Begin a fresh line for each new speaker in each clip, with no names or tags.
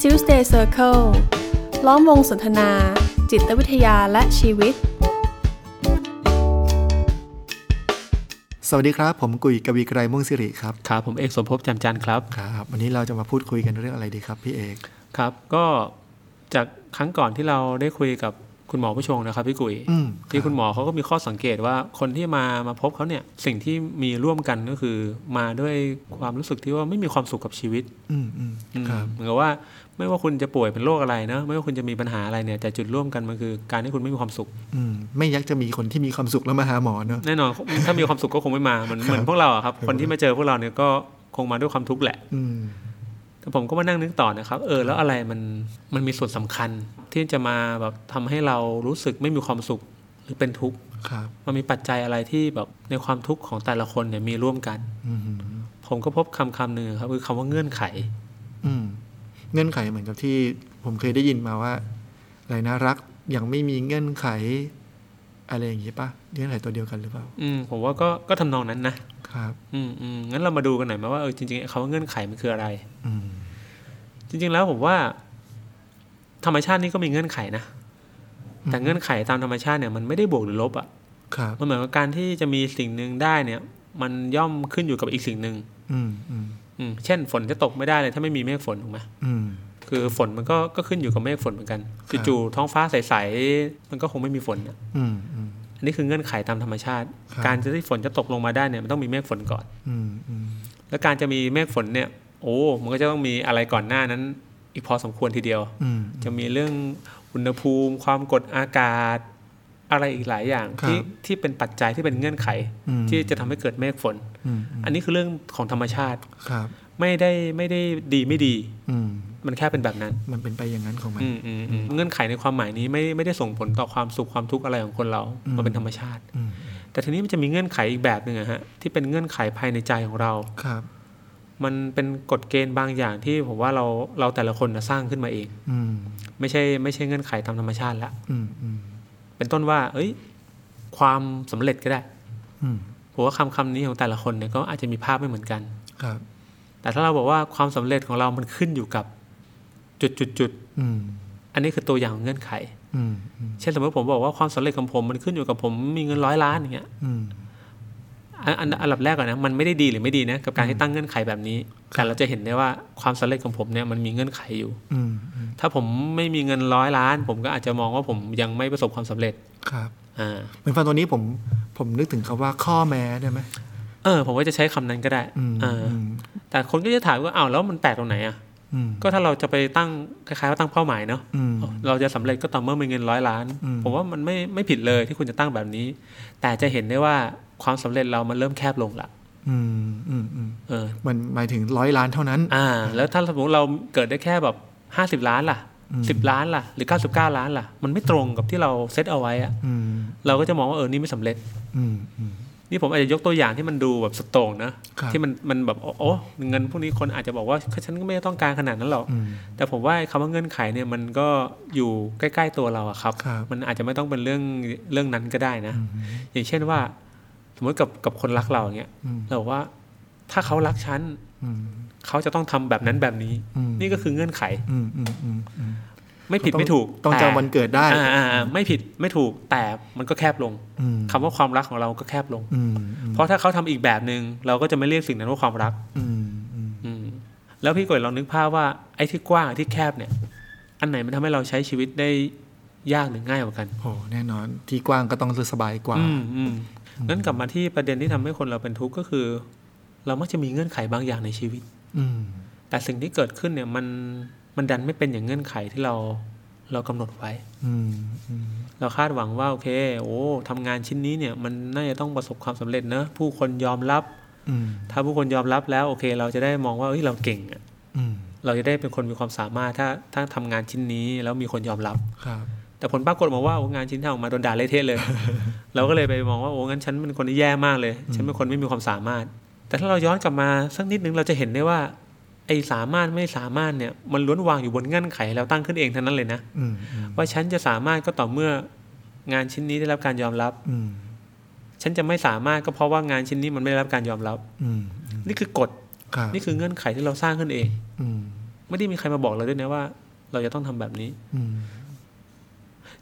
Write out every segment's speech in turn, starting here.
Tuesday Circle ล้อมวงสนทนา จิตวิทยาและชีวิต
สวัสดีครับ ผมกุยกวีไกรม่วงสิริครับ
ครับผมเอกสมภพแจมจันทร์ครับ
ครับวันนี้เราจะมาพูดคุยกันเรื่องอะไรดีครับพี่เอก
ครับ ก็จากครั้งก่อนที่เราได้คุยกับคุณหมอผู้ชงนะครับพี่กุย
อืม
ที่คุณหมอเขาก็มีข้อสังเกตว่าคนที่มามาพบเขาเนี่ยสิ่งที่มีร่วมกันก็คือมาด้วยความรู้สึกที่ว่าไม่มีความสุขกับชีวิต
อืมอืม
อืม
ครับ
เหมือนกับว่าไม่ว่าคุณจะป่วยเป็นโรคอะไรนะไม่ว่าคุณจะมีปัญหาอะไรเนี่ยแต่จุดร่วมกันมันคือการที่คุณไม่มีความสุข
อืมไม่ยักจะมีคนที่มีความสุขแล้วมาหาหมอเนอะ
แน่นอน ถ้ามีความสุขก็คงไม่มาเหมือนเหมือนพวกเราอะครับคนที่มาเจอพวกเราเนี่ยก็คงมาด้วยความทุกข์แหละ
อืม
แต่ผมก็มานั่งนึกต่อนะครับ เออแล้วอะไรมันมันมีส่วนสำคัญ ที่จะมาแบบทำให้เรารู้สึกไม่มีความสุขหรือเป็นทุกข์
ครับ
มันมีปัจจัยอะไรที่แบบในความทุกข์ของแต่ละคนเนี่ยมีร่วมกัน
อืม
ผมก็พบคำคำหนึ่งครับคือคำว่าเงื่อนไข
อืมเงื่อนไขเหมือนกับที่ผมเคยได้ยินมาว่าอะไรนะรักยังไม่มีเงื่อนไข อะไรอย่างงี้ปะเงื่อนไขตัวเดียวกันหรือเปล่า
อืมผมว่าก็ก็ทำนองนั้นนะครับ อืมอืมงั้นเรามาดูกันหน่อยไหมว่าเออจริงๆไอ้คำว่าเงื่อนไขมันคืออะไร
อืม
จริง ๆ แล้วผมว่า ธรรมชาตินี่ก็มีเงื่อนไขนะแต่เงื่อนไขตามธรรมชาติเนี่ยมันไม่ได้บวกหรือลบอ่ะ
ครับ
มันเหมือนกับการที่จะมีสิ่งหนึ่งได้เนี่ย มันย่อมขึ้นอยู่กับอีกสิ่งหนึ่ง
อืมอืม
อืมเช่นฝนจะตกไม่ได้เลยถ้าไม่มีเมฆฝนถูกไหม
อืม
คือฝนมันก็ก็ขึ้นอยู่กับเมฆฝนเหมือนกัน
ครับ
จู่ๆท้องฟ้าใสๆมันก็คงไม่มีฝนอะ
อืมอืม
อันนี้คือเงื่อนไขตามธรรมชาติ
ครับ
การจะได้ฝนจะตกลงมาได้เนี่ยมันต้องมีเมฆฝนก่อน
อืมอืม
แล้วการจะมีเมฆฝนเนี่ยโอ้มันก็จะต้องมีอะไรก่อนหน้านั้น อีกพอสมควรทีเดียว
อืม
จะมีเรื่องอุณหภูมิ ความกดอากาศ อะไรอีกหลายอย่าง
ครับ
ที่ที่เป็นปัจจัยที่เป็นเงื่อนไข
อืม
ที่จะทำให้เกิดเมฆฝน
อืมอืม
อันนี้คือเรื่องของธรรมชาติ
ครับ
ไม่ได้ไม่ได้ดีไม่ดี
อืม
มันแค่เป็นแบบนั้น
มันเป็นไปอย่างนั้นของมัน
อืมอืมอืมเงื่อนไขในความหมายนี้ไม่ไม่ได้ส่งผลต่อความสุขความทุกข์อะไรของคนเรา
อืม
มันเป็นธรรมชาติ
อืม
แต่ทีนี้มันจะมีเงื่อนไขอีกแบบหนึ่งอะฮะที่เป็นเงื่อนไขภายในใจของเรา
ครับ
มันเป็นกฎเกณฑ์บางอย่างที่ผมว่าเราเราแต่ละคนน่ะสร้างขึ้นมาเอง
อืม
ไม่ใช่ไม่ใช่เงื่อนไขตามธรรมชาติละ
อืมอืม
เป็นต้นว่า เอ้ย ความสำเร็จก็ได้
อืม
ผมว่าคำคำนี้ของแต่ละคนเนี่ยก็อาจจะมีภาพไม่เหมือนกัน
ครับ
แต่ถ้าเราบอกว่าความสำเร็จของเรามันขึ้นอยู่กับจุดจุดจุด
อืม
อันนี้คือตัวอย่างของเงื่อนไข
อืมอืม
เช่นสมมติผมบอกว่าความสำเร็จของผมมันขึ้นอยู่กับผมมีเงินร้อยล้านอย่างเงี้ย
อืม
อันอันอันดับแรกก่อนนะมันไม่ได้ดีหรือไม่ดีนะกับการที่ตั้งเงื่อนไขแบบนี้แต่เราจะเห็นได้ว่าความสำเร็จของผมเนี่ยมันมีเงื่อนไขอยู่
อืมอืม
ถ้าผมไม่มีเงินร้อยล้าน ผมก็อาจจะมองว่าผมยังไม่ประสบความสำเร็จ
ครับ
อ่า
เหมือนฟังตัวนี้ผมผมนึกถึงคำว่าข้อแม้ได้ไหม
เออผมว่าจะใช้คำนั้นก็ได้
อืม
อ่า
อืม
แต่คนก็จะถามว่าอ้าวแล้วมันแปลกตรงไหนอ่ะ
อืม
ก็ถ้าเราจะไปตั้งคล้ายๆว่าตั้งเป้าหมายเนาะ
อืม
เราจะสำเร็จก็ต่อเมื่อมีเงินร้อยล้าน
อืม
ผมว่ามันไม่ไม่ผิดเลยที่คุณจะตั้งแบบนี้ แต่จะเห็นได้ว่าความสำเร็จเรามันเริ่มแคบลงละ
อืมอืมอืม
เออ
มันหมายถึงร้อยล้านเท่านั้น
อ่าแล้วถ้าสมมติเราเกิดได้แค่แบบห้าสิบ50 ล้านล่ะ
อืม
สิบล้านล่ะหรือเก้าสิบเก้าล้านล่ะ มันไม่ตรงกับที่เราเซตเอาไว้อะ
อืม
เราก็จะมองว่าเออนี่ไม่สำเร็จ
อืมอืม
นี่ผมอาจจะยกตัวอย่างที่มันดูแบบสตรงนะครับ ที่มันมันแบบโอ้โอ้เงินพวกนี้คนอาจจะบอกว่าฉันก็ไม่ได้ต้องการขนาดนั้นหรอก
อืม
แต่ผมว่าคำว่าเงื่อนไขเนี่ยมันก็อยู่ใกล้ ๆ ตัวเราอะครับ
ครับ
มันอาจจะไม่ต้องเป็นเรื่องเรื่องนั้นก็ได้นะ
อืม
อย่างเช่นว่า สมมติกับกับคนรักเราอย่างเงี้ย
อืม
เราบอกว่าถ้าเขารักฉัน
อืม
เขาจะต้องทำแบบนั้นแบบนี้
อืม
นี่ก็คือเงื่อนไข
อืมอืมอืมอืม
ไม่ผิดไม่ถูก
ต้อง
แต่
จำวันเกิดได้
อ่าอ่าอ่าไม่ผิดไม่ถูกแต่มันก็แคบลง
อืม
คำว่าความรักของเราก็แคบลง
อืมอืม
เพราะถ้าเขาทำอีกแบบหนึ่งเราก็จะไม่เรียกสิ่งนั้นว่าความรัก
อืมอืม
อืมแล้วพี่กอยลองนึกภาพว่าไอ้ที่กว้างที่แคบเนี่ย อันไหนมันทำให้เราใช้ชีวิตได้ยากหรือง่ายกว่ากัน
โหแน่นอน ที่กว้างก็ต้องสบายกว่า
อืมอืมงั้นกลับมาที่ประเด็นที่ทำให้คนเราเป็นทุกข์ก็คือ เรามักจะมีเงื่อนไขบางอย่างในชีวิต
อืม
แต่สิ่งที่เกิดขึ้นเนี่ยมันมันดันไม่เป็นอย่างเงื่อนไขที่เราเรากำหนดไว้
อืมอืม
เราคาดหวังว่าโอเค โอ้ทำงานชิ้นนี้เนี่ยมันน่าจะต้องประสบความสำเร็จเนอะผู้คนยอมรับ
อืม
ถ้าผู้คนยอมรับแล้วโอเค เราจะได้มองว่าเอ้ยเราเก่งอะ
อืม
เราจะได้เป็นคนมีความสามารถถ้าถ้าทำงานชิ้นนี้แล้วมีคนยอมรับ
ครับ
แต่ผลปรากฏมาว่าโอ้งานชิ้นที่ออกมาโดนด่าเละเทะเลย เราก็เลยไปมองว่าโอ้งั้นฉันเป็นคนที่แย่มากเลย ฉันเป็นคนไม่มีความสามารถ แต่ถ้าเราย้อนกลับมาสักนิดนึงเราจะเห็นได้ว่าไอ้สามารถไม่สามารถเนี่ยมันล้วนวางอยู่บนเงื่อนไขเราตั้งขึ้นเองทั้งนั้นเลยนะ
อืมอืม
ว่าฉันจะสามารถก็ต่อเมื่องานชิ้นนี้ได้รับการยอมรับ
อืม
ฉันจะไม่สามารถก็เพราะว่างานชิ้นนี้มันไม่ได้รับการยอมรับ
อืมอืม
นี่คือกฎ
ครับ
นี่คือเงื่อนไขที่เราสร้างขึ้นเอง
อืม
ไม่ได้มีใครมาบอกเราด้วยนะว่า เราจะต้องทำแบบนี้
อืม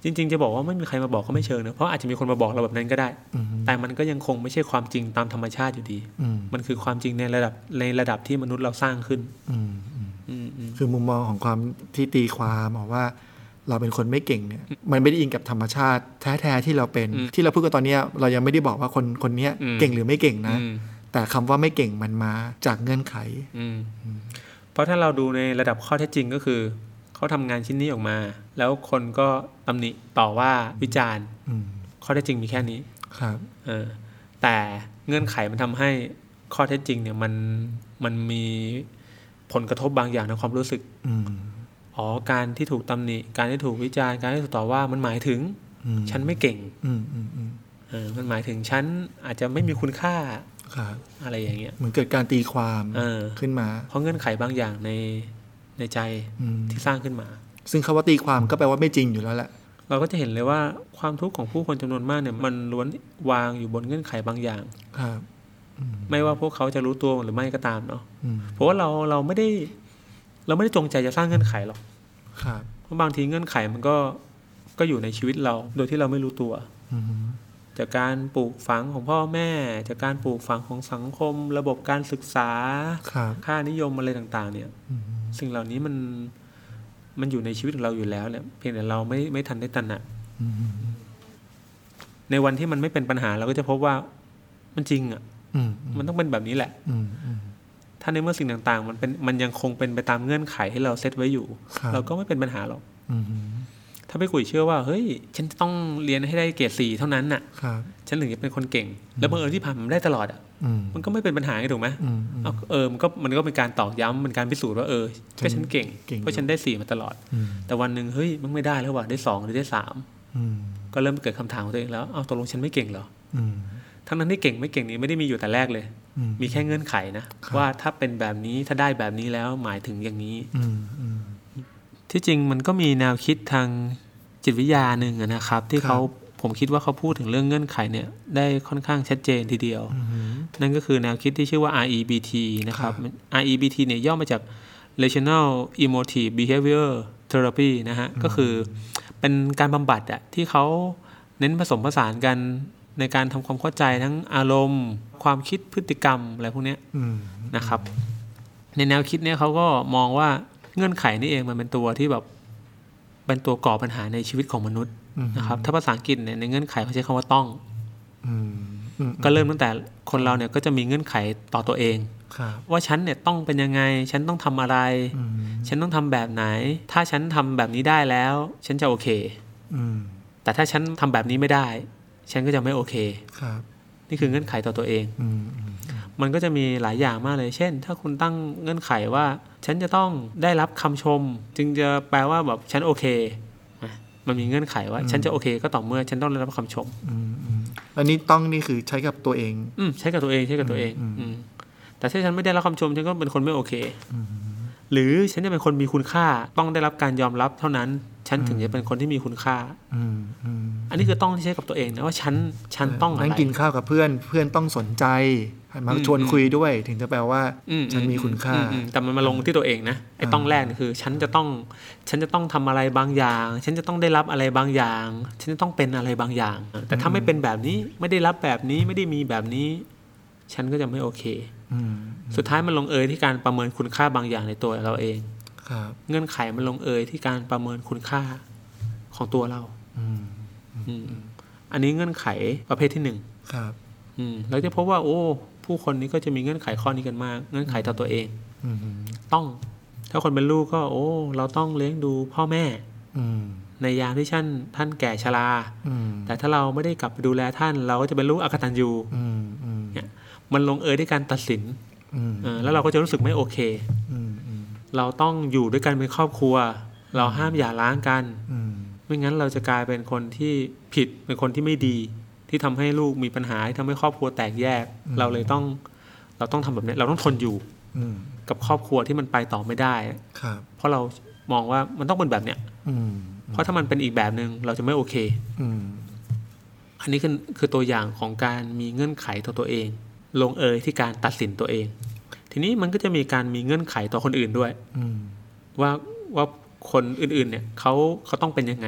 จริง ๆ จะบอกว่าไม่มีใครมาบอกก็ไม่เชิงนะเพราะอาจจะมีคนมาบอกเราแบบนั้นก็ได้
อืม
แต่มันก็ยังคงไม่ใช่ความจริงตามธรรมชาติอยู่ดี
อืม
มันคือความจริงในระดับในระดับที่มนุษย์เราสร้างขึ้น
อืมอืม
อืมอืม
คือมุมมองของความที่ตีความออกว่า เราเป็นคนไม่เก่งเนี่ย มันไม่ได้อิงกับธรรมชาติแท้ๆที่เราเป็น ที่เราพูดกันตอนเนี้ยเรายังไม่ได้บอกว่าคนคนเนี้ยเก่งหรือไม่เก่งนะ
อืม
แต่คำว่าไม่เก่งมันมาจากเงื่อนไข
อืมเพราะถ้าเราดูในระดับข้อเท็จจริงก็คือ เขาทำงานชิ้นนี้ออกมา แล้วคนก็ตำหนิต่อว่าวิจารณ์
อืม
ข้อเท็จจริงมีแค่นี้
ครับ
เออแต่เงื่อนไขมันทำให้ข้อเท็จจริงเนี่ยมันมันมีผลกระทบบางอย่างในความรู้สึก
อืม
อ๋อการที่ถูกตำหนิ การที่ถูกวิจารณ์การที่ถูกต่อว่ามันหมายถึง
อืม
ฉันไม่เก่ง
อืมอืมอืม
เออมันหมายถึงฉันอาจจะไม่มีคุณค่า
ครับ
อะไรอย่างเงี้ย
เหมือนเกิดการตีความ
เออ
ขึ้นมา
เพราะเงื่อนไขบางอย่างในในใจ
อืม
ที่สร้างขึ้นมา
ซึ่งคำว่าตีความก็แปลว่าไม่จริงอยู่แล้วแหละ
เราก็จะเห็นเลยว่าความทุกข์ของผู้คนจำนวนมากเนี่ยมันล้วนวางอยู่บนเงื่อนไขบางอย่าง
ครับ อืม
ไม่ว่าพวกเขาจะรู้ตัวหรือไม่ก็ตามเนาะ
อืม
เพราะว่าเราเราไม่ได้เราไม่ได้จงใจจะสร้างเงื่อนไขหรอก
ครับ
เพราะบางทีเงื่อนไขมันก็ก็อยู่ในชีวิตเราโดยที่เราไม่รู้ตัว
อืม
จากการปลูกฝังของพ่อแม่ จากการปลูกฝังของสังคม ระบบการศึกษา
ครับ
ค่านิยมอะไรต่าง ๆ เนี่ย
อืม
สิ่งเหล่านี้มันมันอยู่ในชีวิตของเราอยู่แล้วเนี่ยเพียงแต่เราไม่ไม่ทันได้ตระหนัก
อืม
ในวันที่มันไม่เป็นปัญหาเราก็จะพบว่ามันจริงอ่ะ
อืม
มันต้องเป็นแบบนี้แหละ
อืมอืม
ถ้าในเมื่อสิ่งต่าง ๆ มันเป็นมันยังคงเป็นไปตามเงื่อนไขที่เราเซตไว้อยู่
ครับ
เราก็ไม่เป็นปัญหาหรอก
อืม
ถ้าไปกุยเชื่อว่าเฮ้ย ฉันจะต้องเรียนให้ได้เกรดสี่เท่านั้นน่ะ
ครับ
ฉันถึงจะเป็นคนเก่ง แล้วบังเอิญที่ผ่านมาได้ตลอดอ่ะ
อืม
มันก็ไม่เป็นปัญหาไงถูกไหม
อืมอืม
เอาเออมันก็มันก็เป็นการตอกย้ำเป็นการพิสูจน์ว่าเออก็ฉันเก่ง
เก่งอยู่
เพราะฉันได้สี่มาตลอด
อืม
แต่วันหนึ่งเฮ้ยมันไม่ได้แล้วว่ะได้สองหรือได้สาม
อืม
ก็เริ่มเกิดคำถามของตัวเองแล้วเอาตกลงฉันไม่เก่งเหรอ
อืม
ทั้งนั้นที่เก่งไม่เก่งนี้ไม่ได้มีอยู่แต่แรกเลย
อืม
มีแค่เงื่อนไขนะครับ ว่าถ้าเป็นแบบนี้ถ้าได้แบบนี้แล้วหมายถึงอย่างนี้
อืมอืม
ที่จริงมันก็มีแนวคิดทางจิตวิทยาหนึ่งอะนะครับ
ค
ที่
รับ
เขาผมคิดว่าเขาพูดถึงเรื่องเงื่อนไขเนี่ยได้ค่อนข้างชัดเจนทีเดียว
อืม
นั่นก็คือแนวคิดที่ชื่อว่า REBT นะครับ
ครับ
REBT เนี่ยย่อมาจาก Rational Emotive Behavior Therapy นะฮะ ก็คือเป็นการบำบัดอะที่เขาเน้นผสมผสานกันในการทำความเข้าใจทั้งอารมณ์ ความคิดพฤติกรรมอะไรพวกเนี้ย
อืม
นะครับในแนวคิดเนี่ยเขาก็มองว่าเงื่อนไขนี่เองมันเป็นตัวที่แบบเป็นตัวก่อปัญหาในชีวิตของมนุษย์
อืม
นะครับถ้าภาษาอังกฤษเนี่ยในเงื่อนไขเขาใช้คำว่าต้อง
อืมอืม
ก็เริ่มตั้งแต่คนเราเนี่ยก็จะมีเงื่อนไขต่อตัวเอง
ครับ
ว่าฉันเนี่ยต้องเป็นยังไง ฉันต้องทำอะไร
อืม
ฉันต้องทำแบบไหน ถ้าฉันทำแบบนี้ได้แล้ว ฉันจะโอเค
อืม
แต่ถ้าฉันทำแบบนี้ไม่ได้ ฉันก็จะไม่โอเค
ครับ
นี่คือเงื่อนไขต่อตัวเอง
อืมอืม
มันก็จะมีหลายอย่างมากเลย เช่น ถ้าคุณตั้งเงื่อนไขว่า ฉันจะต้องได้รับคำชม จึงจะแปลว่าแบบฉันโอเคอ่ะมันมีเงื่อนไขว่า ฉันจะโอเคก็ต่อเมื่อฉันต้องได้รับคำชม
อืมอืมอันนี้ต้องนี่คือใช้กับตัวเอง
อืมใช้กับตัวเองใช้กับตัวเองอืมแต่ถ้าฉันไม่ได้รับคำชม ฉันก็เป็นคนไม่โอเค หรือฉันจะเป็นคนมีคุณค่า ต้องได้รับการยอมรับเท่านั้น ฉันถึงจะเป็นคนที่มีคุณค่า
อืมอืม
อันนี้คือต้องที่ใช้กับตัวเองนะว่าฉันฉันต้องอะไร
นั่งกินข้าวกับเพื่อนเพื่อนต้องสนใจหันมา
อืม
ชวน
อืม
คุยด้วย ถึงจะแปลว่า
อื
ฉันมีคุณค่า
อืมอืมแต่มันมาลงที่ตัวเองนะไอ้ต้องแรกนี่คือ ฉันจะต้อง ฉันจะต้องทำอะไรบางอย่าง ฉันจะต้องได้รับอะไรบางอย่าง ฉันจะต้องเป็นอะไรบางอย่าง แต่ถ้าไม่เป็นแบบนี้ไม่ได้รับแบบนี้ไม่ได้มีแบบนี้ ฉันก็จะไม่โอเค
อืม
สุดท้ายมันลงเอยที่การประเมินคุณค่าบางอย่างในตัวเราเอง
ครับ
เงื่อนไขมันลงเอยที่การประเมินคุณค่าของตัวเรา
อืม
อืมอันนี้เงื่อนไขประเภทที่หนึ่ง
ครับ
อืมเราจะพบว่า โอ้ ผู้คนนี้ก็จะมีเงื่อนไขข้อนี้กันมาก เงื่อนไขต่อตัวเอง
อืม
ต้อง ถ้าคนเป็นลูกก็โอ้ เราต้องเลี้ยงดูพ่อแม่
อืม
ในยามที่ท่านท่านแก่ชรา
อืม
แต่ถ้าเราไม่ได้กลับไปดูแลท่าน เราก็จะเป็นลูกอกตันยู
อืมอืม
เนี่ยมันลงเอยด้วยการตัดสิน
อืม
เออแล้วเราก็จะรู้สึกไม่โอเค
อืมอืม
เราต้องอยู่ด้วยกันเป็นครอบครัว เราห้ามอย่าร้างกัน
อืม
ไม่งั้นเราจะกลายเป็นคนที่ผิดเป็นคนที่ไม่ดี ที่ทำให้ลูกมีปัญหาที่ทำให้ครอบครัวแตกแยก เราเลยต้องเราต้องทำแบบเนี้ยเราต้องทนอยู่
อืม
กับครอบครัวที่มันไปต่อไม่ได้
ครับ
เพราะเรามองว่ามันต้องเป็นแบบเนี้ย
อืม
เพราะถ้ามันเป็นอีกแบบหนึ่งเราจะไม่โอเค
อืม
อันนี้คือคือตัวอย่างของการมีเงื่อนไขต่อตัวเอง ลงเอยที่การตัดสินตัวเอง ทีนี้มันก็จะมีการมีเงื่อนไขต่อคนอื่นด้วย
อืม
ว่าว่าคนอื่นๆเนี่ยเขาเขาต้องเป็นยังไง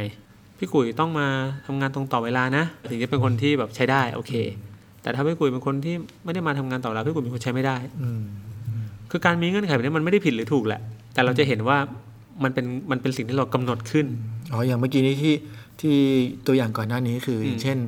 พี่กุยต้องมาทำงานตรงต่อเวลานะ ถึงจะเป็นคนที่แบบใช้ได้โอเค แต่ถ้าพี่กุยเป็นคนที่ไม่ได้มาทำงานต่อเวลาพี่กุยเป็นคนใช้ไม่ได้
อืม
คือการมีเงื่อนไขแบบนี้มันไม่ได้ผิดหรือถูกแหละ แต่เราจะเห็นว่ามันเป็นมันเป็นสิ่งที่เรากำหนดขึ้น
อ๋ออย่างเมื่อกี้นี้ที่ที่ตัวอย่างก่อนหน้านี้คืออ
ม
เช่น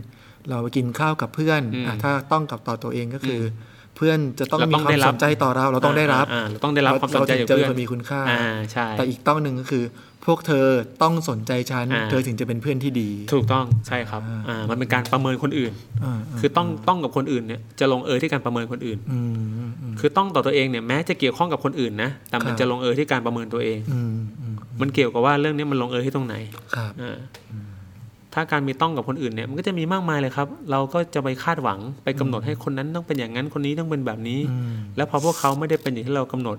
เราไปกินข้าวกับเพื่อน
อืม
อ่ะถ้าต้องกับต่อตัวเองก็คืออเพื่อนจะต้อง
เรา
มี
ต้อง
ความ
ได้รั
ส
บ
นใจต่อเราเราต้องได้รับ
อ่าเราต้องได้รับความสนใจจาก
เรถึงจะ
เพื่
เป็
อ
ค
นน
นมีคุณค่า
อ่าใช่
แต่อีกต้องหนึ่งก็คือ พวกเธอต้องสนใจฉัน
อ่า
เธอถึงจะเป็นเพื่อนที่ดี
ถูกต้องใช่ครับอ่ามันเป็นการประเมินคนอื่น
อ่าา
คือต้องต้องกับคนอื่นเนี่ยจะลงเอยที่การประเมินคนอื่น
อืมอืมอืม
คือต้องต่อตัวเองเนี่ยแม้จะเกี่ยวข้องกับคนอื่นนะแต่มั
คน รับ
จะลงเอยที่การประเมินตัวเอง
อืมอืม
มันเกี่ยวกับว่าเรื่องนี้มันลงเอยที่ตรงไหน
ครับ
อ่าถ้าการมีต้องกับคนอื่นเนี่ยมันก็จะมีมากมายเลยครับ เราก็จะไปคาดหวังไปกำหนดให้คนนั้นต้องเป็นอย่างนั้นคนนี้ต้องเป็นแบบนี้
อืม
แล้วพอพวกเขาไม่ได้เป็นอย่างที่เรากำหนด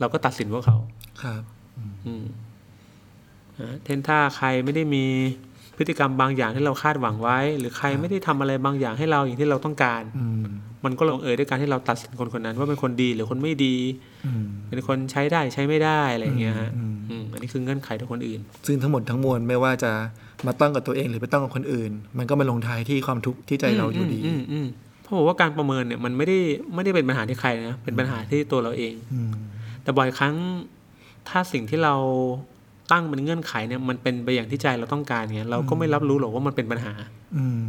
เราก็ตัดสินพวกเขา
ครับ
อืมอ่าเช่นถ้าใครไม่ได้มีพฤติกรรมบางอย่างที่เราคาดหวังไว้ หรือใครไม่ได้ทำอะไรบางอย่างให้เราอย่างที่เราต้องการ
อืม
มันก็ลงเอยด้วยการที่เราตัดสินคนคนนั้น ว่าเป็นคนดีหรือคนไม่ดี
อืม
เป็นคนใช้ได้ใช้ไม่ได้อะไรอย่างเงี้ยฮะ
อืม
อืมอันนี้คือเงื่อนไขต่อคนอื่น
ซึ่งทั้งหมดทั้งมวลไม่ว่าจะมาต้องกับตัวเองหรือไปต้องกับคนอื่น มันก็มาลงท้ายที่ความทุกข์ที่ใจเราอยู่ดี
มอืมเพราะผมว่าการประเมินเนี่ยมันไม่ได้ไม่ได้เป็นปัญหาที่ใครนะเป็นปัญหาที่ตัวเราเอง
อืม
แต่บ่อยครั้งถ้าสิ่งที่เราตั้งเป็นเงื่อนไขเนี่ยมันเป็นไปอย่างที่ใจเราต้องการเงี้ยเราก็ไม่รับรู้หรอกว่ามันเป็นปัญหา
อืม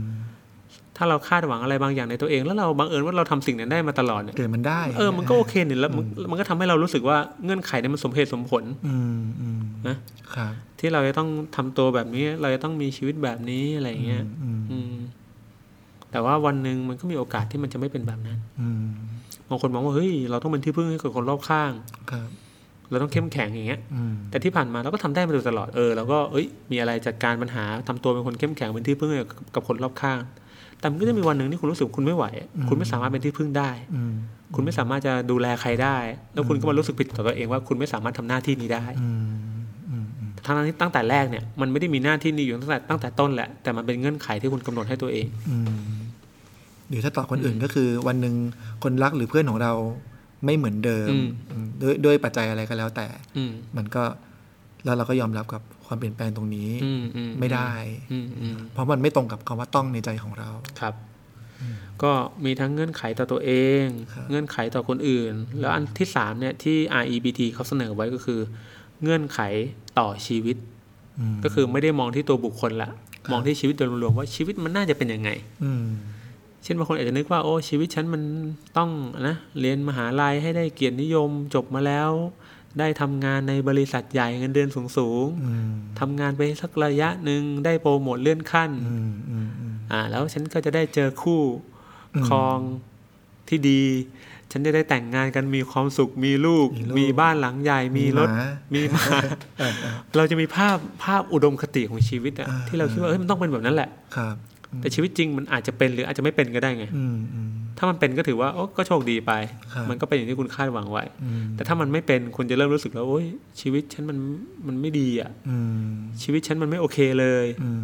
ถ้าเราคาดหวังอะไรบางอย่างในตัวเอง แล้วเราบังเอิญว่าเราทำสิ่งนั้นได้มาตลอดเนี่ย
เกิดมันได้
เออมันก็โอเคเนี่ยแล้วมันมันก็ทำให้เรารู้สึกว่าเงื่อนไขเนี่ยมันสมเหตุสมผล
อืมอืม
นะ
ครับ
ที่เราจะต้องทำตัวแบบนี้ เราจะต้องมีชีวิตแบบนี้อะไรอย่างเงี้ย
อืม
อืมแต่ว่าวันหนึ่งมันก็มีโอกาสที่มันจะไม่เป็นแบบนั้น
อืม
บางคนมองว่าเฮ้ยเราต้องเป็นที่พึ่งให้กับคนรอบข้าง
ครับ
เราต้องเข้มแข็งอย่างเงี้ย
อืม
แต่ที่ผ่านมาเราก็ทำได้มาโดยตลอดเออเราก็เอ้ยมีอะไรจัดการปัญหาทำตัวเป็นคนเข้มแข็งเป็นที่พึ่งให้กับกับคนรอบข้าง แต่มันก็จะมีวันหนึ่งที่คุณรู้สึกคุณไม่ไหว คุณไม่สามารถเป็นที่พึ่งได้
อืม
คุณไม่สามารถจะดูแลใครได้ แล้วคุณก็มารู้สึกผิดต่อตัวเองว่าคุณไม่สามารถทำหน้าที่นี้ได้
อืมอืมอืม
ทั้งๆที่ตั้งแต่แรกเนี่ยมันไม่ได้มีหน้าที่นี้อยู่ตั้งแต่ตั้งแต่ต้นแหละแต่มันเป็นเงื่อนไขที่คุณกำหนดให้ตัวเอง
อืมหรือถ้าต่อคนอื่นก็คือ วันหนึ่งคนรักหรือเพื่อนของเราไม่เหมือนเดิม
อืม
อืมด้วยด้วยปัจจัยอะไรก็แล้วแต่
อืม
มันก็แล้วเราก็ยอมรับกับความเปลี่ยนแปลงตรงนี้
อืมอืม
ไม่ได้
อืมอืม
เพราะมันไม่ตรงกับคำว่าต้องในใจของเรา
ครับ ก็มีทั้งเงื่อนไขต่อตัวเอง
ครับ
เงื่อนไขต่อคนอื่น แล้วอันที่สามเนี่ยที่ REBT เขาเสนอไว้ก็คือ เงื่อนไขต่อชีวิต
อืม
ก็คือไม่ได้มองที่ตัวบุคคลละ
ครับ
มองที่ชีวิตโดยรวมๆว่าชีวิตมันน่าจะเป็นยังไง
อืม
เช่นบางคนอาจจะนึกว่าโอ้ชีวิตฉันมันต้องนะเรียนมหาลัยให้ได้เกียรตินิยมจบมาแล้ว ได้ทำงานในบริษัทใหญ่เงินเดือนสูง
อืม
ๆทำงานไปสักระยะหนึ่งได้โปรโมทเลื่อนขั้น
อืมอืมอืม
อ่าแล้วฉันก็จะได้เจอคู่
อืม
ครองที่ดี ฉันจะได้แต่งงานกันมีความสุขมีลูก
มีลูก
มีบ้านหลังใหญ่มีรถ
หมา
มี หมาเราจะมีภาพภาพอุดมคติของชีวิตอะ
อ่า
ที่เราคิดว่าเอ้ยมันต้องเป็นแบบนั้นแหละ
ครับ
แต่ชีวิตจริงมันอาจจะเป็นหรืออาจจะไม่เป็นก็ได้ไง
อืมอืม
ถ้ามันเป็นก็ถือว่าโอ้ก็โชคดีไป
ครับ
มันก็เป็นอย่างที่คุณคาดหวังไว้
อืม
แต่ถ้ามันไม่เป็นคุณจะเริ่มรู้สึกแล้วโอ้ยชีวิตฉันมันมันไม่ดีอ่ะ
อืม
ชีวิตฉันมันไม่โอเคเลย
อืม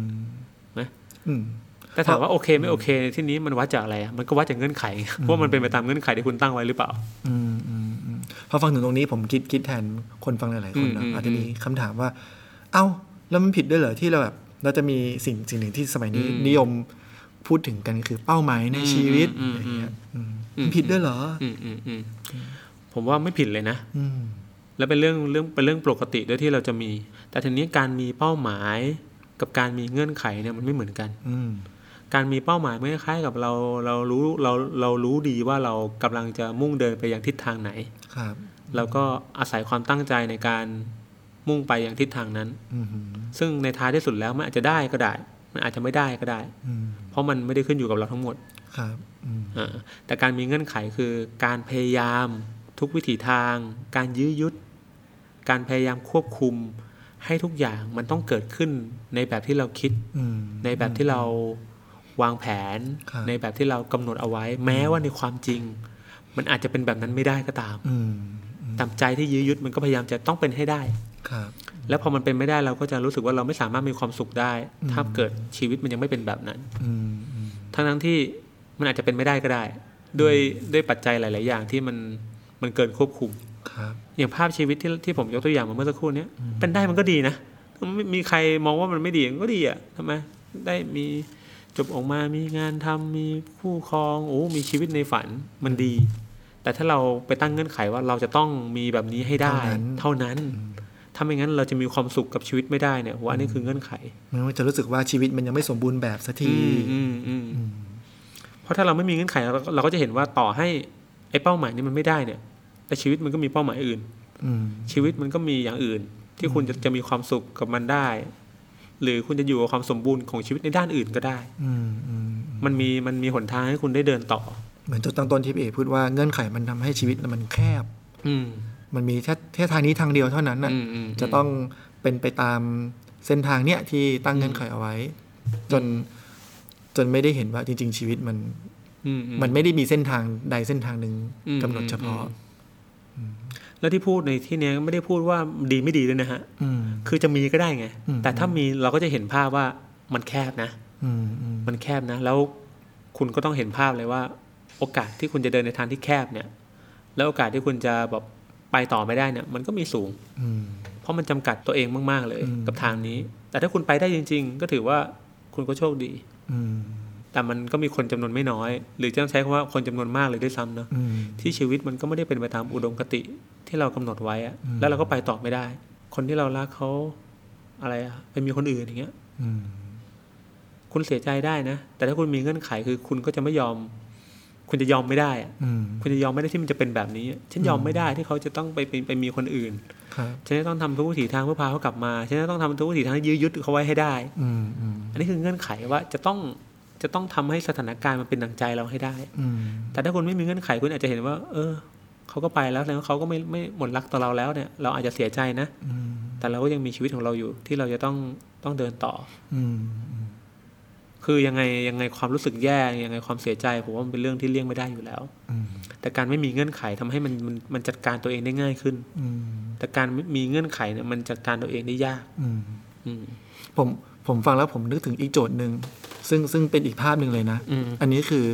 นะ
อืม
แต่ถามว่าโอเคไม่โอเคในที่นี้มันวัดจากอะไรอะมันก็วัดจากเงื่อนไข ว่ามันเป็นไปตามเงื่อนไขที่คุณตั้งไว้หรือเปล่า
อืมอืมอืมพอฟังถึงตรงนี้ผมคิดคิดแทนคนฟังหลายๆคนนะ
อืมอืม
อาจจะมีคำถามว่า เอ้า แล้วมันผิดด้วยเหรอที่เราแบบ เราจะมีสิ่งสิ่งหนึ่งที่สมัยนี้นิยมพูดถึงกันคือเป้าหมายในชีวิตอะไรเงี้ยอืมมันผิดด้วยเหรอ
อืมอืมอืมผมว่าไม่ผิดเลยนะ
อืม
และเป็นเรื่องเรื่องเป็นเรื่องปกติด้วยที่เราจะมี แต่ทีนี้การมีเป้าหมายกับการมีเงื่อนไขเนี่ยมันไม่เหมือนกัน
อืม
การมีเป้าหมายไม่คล้ายกับเราเรารู้เราเรารู้ดีว่าเรากำลังจะมุ่งเดินไปอย่างทิศทางไหน
ครับ
แล้วก็อาศัยความตั้งใจในการมุ่งไปอย่างทิศทางนั้น
อืม
ซึ่งในท้ายที่สุดแล้วมันอาจจะได้ก็ได้ มันอาจจะไม่ได้ก็ได้
อืม
เพราะมันไม่ได้ขึ้นอยู่กับเราทั้งหมด
ครับ อืม
อ่าแต่การมีเงื่อนไขคือการพยายามทุกวิถีทาง การยื้อยุด การพยายามควบคุม ให้ทุกอย่างมันต้องเกิดขึ้นในแบบที่เราคิด
อืม
ในแบบที่เราวางแผน
ครับ
ในแบบที่เรากำหนดเอาไว้ แม้ว่าในความจริง มันอาจจะเป็นแบบนั้นไม่ได้ก็ตาม
อืม
ตามใจที่ยื้อยุดมันก็พยายามจะต้องเป็นให้ได้
ครับ
แล้วพอมันเป็นไม่ได้เราก็จะรู้สึกว่าเราไม่สามารถมีความสุขได้ ถ้าเกิดชีวิตมันยังไม่เป็นแบบนั้น
อืมอืม
ทั้งทั้งๆที่มันอาจจะเป็นไม่ได้ก็ได้ ด้วยด้วยปัจจัยหลาย ๆ อย่างที่มันมันเกินควบคุม
ครับ
อย่างภาพชีวิตที่ที่ผมยกตัวอย่างมาเมื่อสักครู่เนี้ยเป็นได้มันก็ดีนะไม่มีใครมองว่ามันไม่ดีมันก็ดีอ่ะทำไมได้มีจบออกมามีงานทำมีคู่ครองโอ้มีชีวิตในฝันมันดี แต่ถ้าเราไปตั้งเงื่อนไขว่าเราจะต้องมีแบบนี้ให้ได้
เท่านั้น
เท่านั้นถ้าไม่งั้นเราจะมีความสุขกับชีวิตไม่ได้เนี่ยว่าอันนี้คือเงื่อนไข
มันจะรู้สึกว่าชีวิตมันยังไม่สมบูรณ์แบบสักที
อืมอืมอืมเพราะถ้าเราไม่มีเงื่อนไขเราเราก็จะเห็นว่าต่อให้ไอ้เป้าหมายนี้มันไม่ได้เนี่ย แต่ชีวิตมันก็มีเป้าหมายอื่น
อืม
ชีวิตมันก็มีอย่างอื่น ที่คุณจะจะมีความสุขกับมันได้ หรือคุณจะอยู่กับความสมบูรณ์ของชีวิตในด้านอื่นก็ได้
อืมอืม
มันมีมันมีหนทางให้คุณได้เดินต่อ
เหมือนจุดตั้งต้นที่พี่เอกพูดว่าเงื่อนไขมันทำให้ชีวิตมันแคบ
อืม
มันมีแค่แค่ทางนี้ทางเดียวเท่านั้นน่ะ
อืมอืม
จะต้องเป็นไปตามเส้นทางเนี้ยที่ตั้งเงื่อนไขเอาไว้ จนจนไม่ได้เห็นว่าจริง ๆ ชีวิตมัน
อือื
มันไม่ได้มีเส้นทางใดเส้นทางหนึ่ง
อืม
กำหนดเฉพาะ
อืม แล้วที่พูดในที่เนี้ยก็ไม่ได้พูดว่าดีไม่ดีด้วยนะฮะ
อืม
คือจะมีก็ได้ไง
อืม
แต่ถ้ามีเราก็จะเห็นภาพว่ามันแคบนะ
อืมอืม
มันแคบนะ แล้วคุณก็ต้องเห็นภาพเลยว่า โอกาสที่คุณจะเดินในทางที่แคบเนี่ย แล้วโอกาสที่คุณจะแบบไปต่อไม่ได้เนี่ย มันก็มีสูง
อืม
เพราะมันจำกัดตัวเองมาก ๆ เลย
อืม
กับทางนี้ แต่ถ้าคุณไปได้จริง ๆ ก็ถือว่าคุณก็โชคดี
อืม
แต่มันก็มีคนจำนวนไม่น้อย หรือจะต้องใช้คำว่าคนจำนวนมากเลยด้วยซ้ำเนอะ
อืม
ที่ชีวิตมันก็ไม่ได้เป็นไปตามอุดมคติที่เรากำหนดไว้อะ
อืม
แล้วเราก็ไปต่อไม่ได้ คนที่เรารักเขาอะไรอะไปมีคนอื่นอย่างเงี้ย
อืม
คุณเสียใจได้นะ แต่ถ้าคุณมีเงื่อนไขคือคุณก็จะไม่ยอม คุณจะยอมไม่ได้อะ
อืม
คุณจะยอมไม่ได้ที่มันจะเป็นแบบนี้อะฉันยอมไม่ได้ที่เขาจะต้องไปไปไปมีคนอื่น
ครับ
ฉันจะต้องทำทุกวิถีทางเพื่อพาเขากลับมา ฉันจะต้องทำทุกวิถีทางยื้อยุดเขาไว้ให้ได้
อืมอืม
อันนี้คือเงื่อนไขว่าจะต้องจะต้องทำให้สถานการณ์มันเป็นดังใจเราให้ได้
อืม
แต่ถ้าคุณไม่มีเงื่อนไขคุณอาจจะเห็นว่า เออ เขาก็ไปแล้วแล้วาเขาก็ไม่ไม่หมดรักต่อเราแล้วเนี่ย เราอาจจะเสียใจนะ
อืม
แต่เราก็ยังมีชีวิตของเราอยู่ที่เราจะต้องต้องเดินต่อ
อืมอืม
คือยังไงยังไงความรู้สึกแย่ยังไงความเสียใจผมว่ามันเป็นเรื่องที่เลี่ยงไม่ได้อยู่แล้ว
อืม
แต่การไม่มีเงื่อนไขทำให้มันมันมันจัดการตัวเองได้ง่ายขึ้น
อืม
แต่การไม่มีเงื่อนไขเนี่ยมันจัดการตัวเองได้ยาก
อืม
อืม
ผมผมฟังแล้วผมนึกถึงอีกโจทย์หนึ่งซึ่งซึ่งเป็นอีกภาพหนึ่งเลยนะ
อืม
อันนี้คือ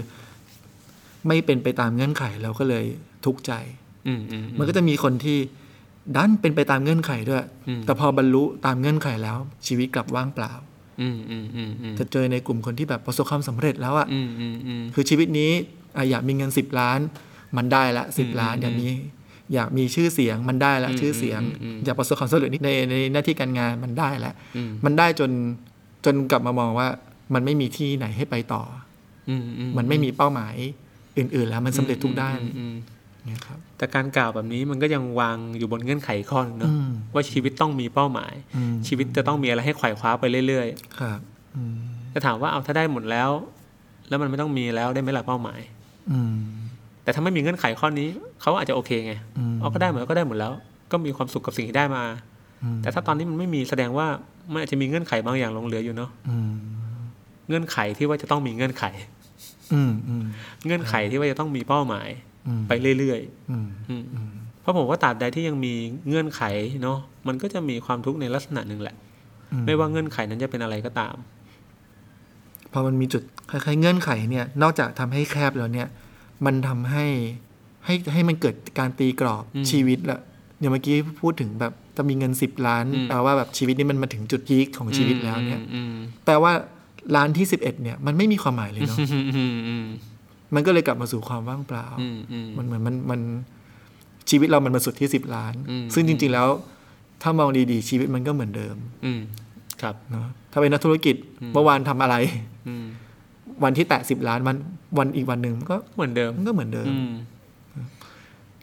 ไม่เป็นไปตามเงื่อนไขเราก็เลยทุกข์ใจ
อืมอืม
มันก็จะมีคนที่ดันเป็นไปตามเงื่อนไขด้วย
อืม
แต่พอบรรลุตามเงื่อนไขแล้ว ชีวิตกลับว่างเปล่า
อืมอืมอืมอืม
จะเจอในกลุ่มคนที่แบบประสบความสำเร็จแล้วอะ
อืมอืมอืม
คือชีวิตนี้อ่ะอยากมีเงินสิบล้าน มันได้ละสิบล้าน
อืม
อย่างนี้ อยากมีชื่อเสียงมันได้ละ
อืม
ชื่อเสียง
อืมอืม
อยากประสบความสำเร็จในในหน้าที่การงานมันได้ละ
อืม
มันได้จนจนกลับมามองว่ามันไม่มีที่ไหนให้ไปต่อ
อืมอื
มันไม่มีเป้าหมายอื่น ๆ แล้วมันสำเร็จทุกด้าน
อืมอืม
เนี่ยครับ
แต่การกล่าวแบบนี้มันก็ยังวางอยู่บนเงื่อนไขข้อหนึงเนอะ
อืม
ว่าชีวิตต้องมีเป้าหมาย
อืม
ชีวิตจะต้องมีอะไรให้ไขว่คว้าไปเรื่อย
ครับอืม
ๆจะถามว่าเอาถ้าได้หมดแล้ว แล้วมันไม่ต้องมีแล้วได้ไหมล่ะเป้าหมาย
อืม
แต่ถ้าไม่มีเงื่อนไขข้อนี้เขาอาจจะโอเคไง
อืม
เอาก็ได้หมดก็ได้หมดแล้ว ก็มีความสุขกับสิ่งที่ได้มา
อืม
แต่ถ้าตอนนี้มันไม่มีแสดงว่ามันอาจจะมีเงื่อนไขบางอย่างหลงเหลืออยู่เนาะ
อืม
เงื่อนไขที่ว่าจะต้องมีเงื่อนไข
อืมอืม
เงื่อนไขที่ว่าจะต้องมีเป้าหมาย
อืม
ไปเรื่อย
อืม
ๆอืม
อืม
เพราะผมว่าตราบใดที่ยังมีเงื่อนไขเนาะมันก็จะมีความทุกข์ในลักษณะหนึ่งแหละ
อืม
ไม่ว่าเงื่อนไขนั้นจะเป็นอะไรก็ตาม
พอมันมีจุดคล้ายๆเงื่อนไขเนี่ย นอกจากทำให้แคบแล้วเนี่ย มันทำให้ให้ให้มันเกิดการตีกรอบ
อืม
ชีวิตละอย่างเมื่อกี้พูดถึงแบบจะมีเงินสิบล้าน
อืม
แปลว่าแบบชีวิตนี้มันมาถึงจุดพีคของชีวิตแล้วเนี่ย
อืม
แปลว่าล้านที่สิบเอ็ดเนี่ยมันไม่มีความหมายเลยเนาะ
อืมอืมอืม
มันก็เลยกลับมาสู่ความว่างเปล่า
อืมอืม
มันเหมือนมันมันชีวิตเรามันมาสุดที่สิบล้าน
อืม
ซึ่งจริง ๆแล้ว ถ้ามองดีๆชีวิตมันก็เหมือนเดิม
อืมครับ
เนาะถ้าเป็นนักธุรกิจเมื่อวานทำอะไร
อืม
วันที่แตะสิบล้านวันวันอีกวันหนึ่งมันก็
เหมือนเดิม
มันก็เหมือนเดิม
อืม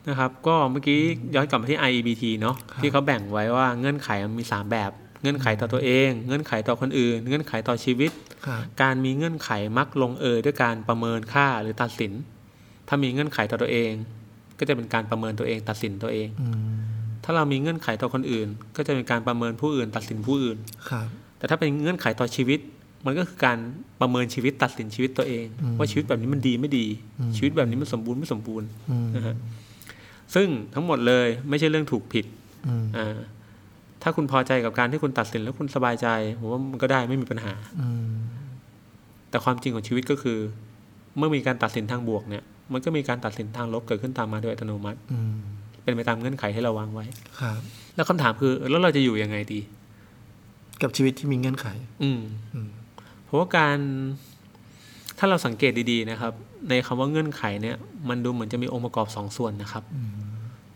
นะครับก็เมื่อกี้ย้อนกลับมาที่ IEBT เนาะ
ครับ
ที่เขาแบ่งไว้ว่าเงื่อนไขมันมี 3 แบบ เงื่อนไขต่อตัวเอง เงื่อนไขต่อคนอื่น เงื่อนไขต่อชีวิต
ครับ
การมีเงื่อนไขมักลงเอยด้วยการประเมินค่าหรือตัดสิน ถ้ามีเงื่อนไขต่อตัวเอง ก็จะเป็นการประเมินตัวเองตัดสินตัวเอง
อืม
ถ้าเรามีเงื่อนไขต่อคนอื่น ก็จะเป็นการประเมินผู้อื่น ตัดสินผู้อื่น
ครับ
แต่ถ้าเป็นเงื่อนไขต่อชีวิต มันก็คือการประเมินชีวิตตัดสินชีวิตตัวเอง
อืม
ว่าชีวิตแบบนี้มันดีไม่ดี
อืม
ชีวิตแบบนี้มันสมบูรณ์ไม่สมบูรณ์
อืม
นะฮะซึ่งทั้งหมดเลยไม่ใช่เรื่องถูกผิด
อืม
อ่าถ้าคุณพอใจกับการที่คุณตัดสินแล้วคุณสบายใจผมว่ามันก็ได้ไม่มีปัญหา
อืม
แต่ความจริงของชีวิตก็คือ เมื่อมีการตัดสินทางบวกเนี่ย มันก็มีการตัดสินทางลบเกิดขึ้นตามมาโดยอัตโนมัติ
อืม
เ เป็นไปตามเงื่อนไขที่เราวางไว้
ครับ
แล้วคำถามคือเออแล้วเราจะอยู่ยังไงดี
กับชีวิตที่มีเงื่อนไข
อืม
อืม
เพราะว่าการถ้าเราสังเกตดีๆนะครับ ในคำว่าเงื่อนไขเนี่ย มันดูเหมือนจะมีองค์ประกอบสองส่วนนะครับ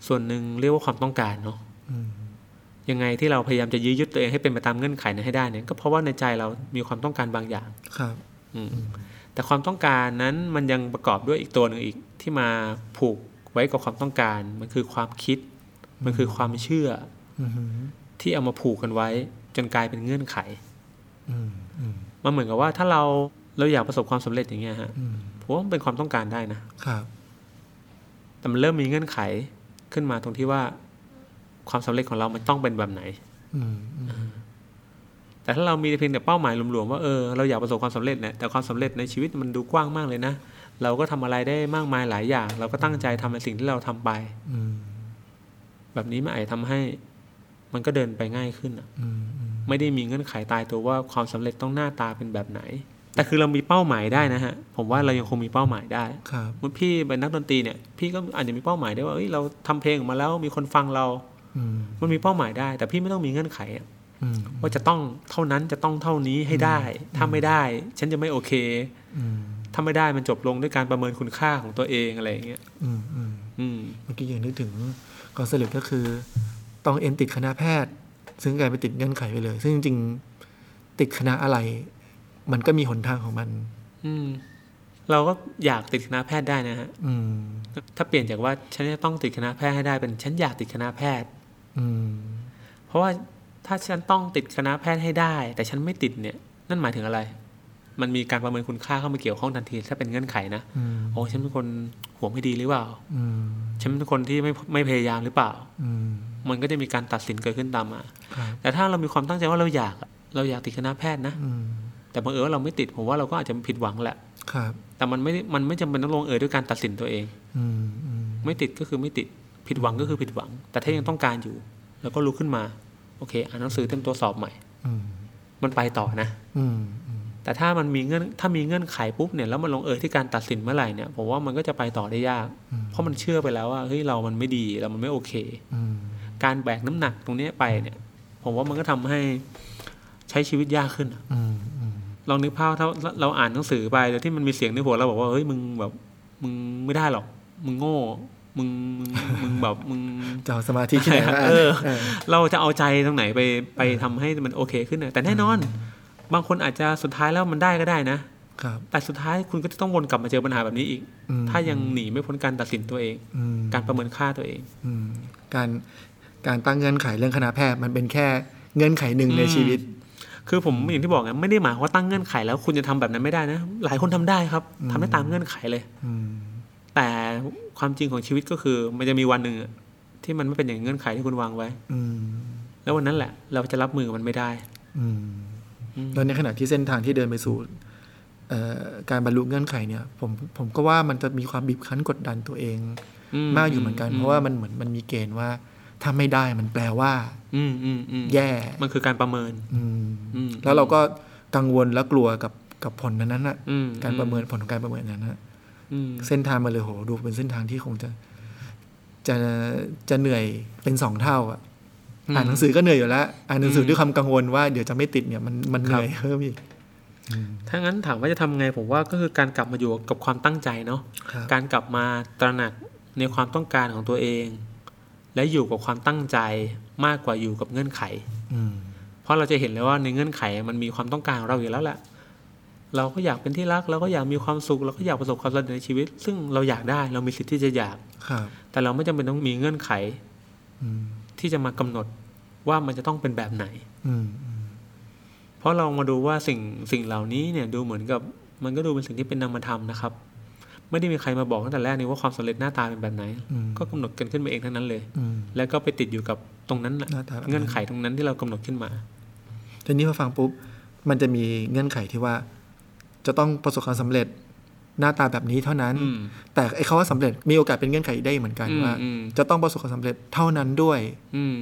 ส่วนหนึ่งเรียกว่าความต้องการเนาะ
อืม
ยังไงที่เราพยายามจะยื้อยุดตัวเองให้เป็นไปตามเงื่อนไขนั้นให้ได้เนี่ยก็เพราะว่าในใจเรามีความต้องการบางอย่าง
ครับ
อืมแต่ความต้องการนั้นมันยังประกอบด้วยอีกตัวหนึ่งอีกที่มาผูกไว้กับความต้องการ มันคือความคิด มันคือความเชื่อ
อืม
ที่เอามาผูกกันไว้ จนกลายเป็นเงื่อนไข
อืมอืม
มันเหมือนกับว่าถ้าเราเราอยากประสบความสำเร็จอย่างเงี้ยฮะ
อืม
ผมว่ามันเป็นความต้องการได้นะครับ แต่มันเริ่มมีเงื่อนไขขึ้นมาตรงที่ว่าความสำเร็จของเรามันต้องเป็นแบบไหน
อืมอืม
แต่ถ้าเรามีเพียงแต่เป้าหมายรวมๆว่าเออเราอยากประสบความสำเร็จเนี่ยแต่ความสำเร็จในชีวิตมันดูกว้างมากเลยนะ เราก็ทำอะไรได้มากมายหลายอย่าง เราก็ตั้งใจทำในสิ่งที่เราทำไป
อืม
แบบนี้มันอาจจะทำให้มันก็เดินไปง่ายขึ้นอะ
อืมอืม
ไม่ได้มีเงื่อนไขตายตัวว่าความสำเร็จต้องหน้าตาเป็นแบบไหน แต่คือเรามีเป้าหมายได้นะฮะ ผมว่าเรายังคงมีเป้าหมายได้
ครับ
เมื่อพี่เป็นนักดนตรีเนี่ย พี่ก็อาจจะมีเป้าหมายได้ว่าเอ้ยเราทำเพลงออกมาแล้วมีคนฟังเรา
อืม
มันมีเป้าหมายได้ แต่พี่ไม่ต้องมีเงื่อนไขอะ
อืม
ว่าจะต้องเท่านั้นจะต้องเท่านี้ให้ได้ ถ้าไม่ได้ ฉันจะไม่โอเค
อืม
ถ้าไม่ได้มันจบลงด้วยการประเมินคุณค่าของตัวเองอะไรอย่างเงี้ย
อืมอืม
อืม
เมื่อกี้ยังนึกถึงกอนเสลิดก็คือ ต้องเอ็นติดคณะแพทย์ ซึ่งกลายไปนติดเงื่อนไขไปเลย ซึ่งจริงๆติดคณะอะไร มันก็มีหนทางของมัน
อืม เราก็อยากติดคณะแพทย์ได้นะฮะ
อืม
ถ้าเปลี่ยนจากว่าฉันจะต้องติดคณะแพทย์ให้ได้เป็นฉันอยากติดคณะแพทย์
อืม
เพราะว่าถ้าฉันต้องติดคณะแพทย์ให้ได้ แต่ฉันไม่ติดเนี่ยนั่นหมายถึงอะไร มันมีการประเมินคุณค่าเข้ามาเกี่ยวข้องทันทีถ้าเป็นเงื่อนไขนะ
อืม
โอ้ฉันเป็นคนหัวไม่ดีหรือเปล่า
อืม
ฉันเป็นคนที่ไม่ไม่พยายามหรือเปล่า
อืม
มันก็จะมีการตัดสินเกิดขึ้นตามมา
ครับ
แต่ถ้าเรามีความตั้งใจว่าเราอยากอะเราอยากติดคณะแพทย์นะ
อืม
แต่บังเอิญว่าเราไม่ติดผมว่าเราก็อาจจะผิดหวังแหละ
ครับ
แต่มันไม่ได้มันไม่จำเป็นต้องลงเอยด้วยการตัดสินตัวเอง
อืม อืม
ไม่ติดก็คือไม่ติดผิดหวังก็คือผิดหวัง แต่ถ้ายังต้องการอยู่ แล้วก็ลุกขึ้นมา โอเคอ่านหนังสือเต็มตัวสอบใหม่
อืม
มันไปต่อนะ
อืม อืม
แต่ถ้ามันมีเงื่อนถ้ามีเงื่อนไขปุ๊บเนี่ยแล้วมันลงเอยที่การตัดสินเมื่อไหร่เนี่ยผมว่ามันก็จะไปต่อได้ยาก
อืม
เพราะมันเชื่อไปแล้วว่าเฮ้ยเรามันไม่ดีเรามันไม่โอเค
อืม
การแบกน้ำหนักตรงเนี้ยไปเนี่ย ผมว่ามันก็ทำให้ใช้ชีวิตยากขึ้นอะ
อืม อืม
ลองนึกภาพถ้าเราอ่านหนังสือไปโดยที่มันมีเสียงในหัวเราบอกว่าเฮ้ยมึงแบบมึงไม่ได้หรอก มึงโง่มึงมึงมึงแบบมึง
จะเอาสมาธิที่ไหนมาอ่าน
เออ
เออ
เราจะเอาใจตรงไหนไปไปทำให้มันโอเคขึ้นนะแต่แน่นอน บางคนอาจจะสุดท้ายแล้วมันได้ก็ได้นะ
ครับ
แต่สุดท้ายคุณก็จะต้องวนกลับมาเจอปัญหาแบบนี้อีก
อืม
ถ้ายังหนีไม่พ้นการตัดสินตัวเอง
อืม
การประเมินค่าตัวเอง
อืม การ การตั้งเงื่อนไขเรื่องคณะแพทย์มันเป็นแค่เงื่อนไขหนึ่งในชีวิต
คือผมอย่างที่บอกไงไม่ได้หมายความว่าตั้งเงื่อนไขแล้วคุณจะทำแบบนั้นไม่ได้นะ หลายคนทำได้ครับทำได้ตามเงื่อนไขเลย
อืม
แต่ความจริงของชีวิตก็คือมันจะมีวันหนึ่งอะที่มันไม่เป็นอย่างเงื่อนไขที่คุณวางไว้
อืม
แล้ววันนั้นแหละ เราจะรับมือกับมันไม่ได้
อืม
อืม
แล้วในขณะที่เส้นทางที่เดินไปสู่เอ่อการบรรลุเงื่อนไขเนี่ย ผมผมก็ว่ามันจะมีความบีบคั้นกดดันตัวเองมากอยู่เหมือนกัน เพราะว่ามันเหมือนมันมีเกณฑ์ว่า ถ้าไม่ได้มันแปลว่า
อืมอืมอืม
แย่
มันคือการประเมิน
อืม
อืม
แล้วเราก็กังวลและกลัวกับกับผลนั้นๆน่ะ
อืม
การประเมินผลของการประเมินนั้นน่ะ
อืม
เส้นทางมาเลยโหดูเป็นเส้นทางที่คงจะ จะจะเหนื่อยเป็นสองเท่าอ่ะ
อืม
อ่านหนังสือก็เหนื่อยอยู่แล้วอ่านหนังสืออ
ม
ด้วยความกังวลว่าเดี๋ยวจะไม่ติดเนี่ยมันมันเหนื่อยเพิ่มอีก
ถ้างั้นถามว่าจะทำไงผมว่าก็คือการกลับมาอยู่กับความตั้งใจเนาะ
ครับ
การกลับมาตระหนักในความต้องการของตัวเอง และอยู่กับความตั้งใจมากกว่าอยู่กับเงื่อนไข
อืม
เพราะเราจะเห็นเลยว่าในเงื่อนไขมันมีความต้องการของเราอยู่แล้วแหละเราก็อยากเป็นที่รักเราก็อยากมีความสุขเราก็อยากประสบความสำเร็จในชีวิต ซึ่งเราอยากได้เรามีสิทธิ์ที่จะอยาก
ครับ
แต่เราไม่จำเป็นต้องมีเงื่อนไข
อืม
ที่จะมากำหนดว่ามันจะต้องเป็นแบบไหน
อืม อืม
เพราะเรามาดูว่าสิ่งสิ่งเหล่านี้เนี่ยดูเหมือนกับมันก็ดูเป็นสิ่งที่เป็นนามธรรมนะครับ ไม่ได้มีใครมาบอกตั้งแต่แรกนี่ว่าความสำเร็จหน้าตาเป็นแบบไหน
อืม
ก็กำหนดกันขึ้นมาเองทั้งนั้นเลย
อืม
แล้วก็ไปติดอยู่กับตรงนั้นน่ะ
หน้าตาแบบนั้น
เงื่อนไขตรงนั้นที่เรากำหนดขึ้นมา
ทีนี้พอฟังปุ๊บ มันจะมีเงื่อนไขที่ว่า จะต้องประสบความสำเร็จหน้าตาแบบนี้เท่านั้น
อืม
แต่ไอ้คำว่าสำเร็จมีโอกาสเป็นเงื่อนไขได้เหมือนกัน
อืม
ว่า
อืม
จะต้องประสบความสำเร็จเท่านั้นด้วย
อืม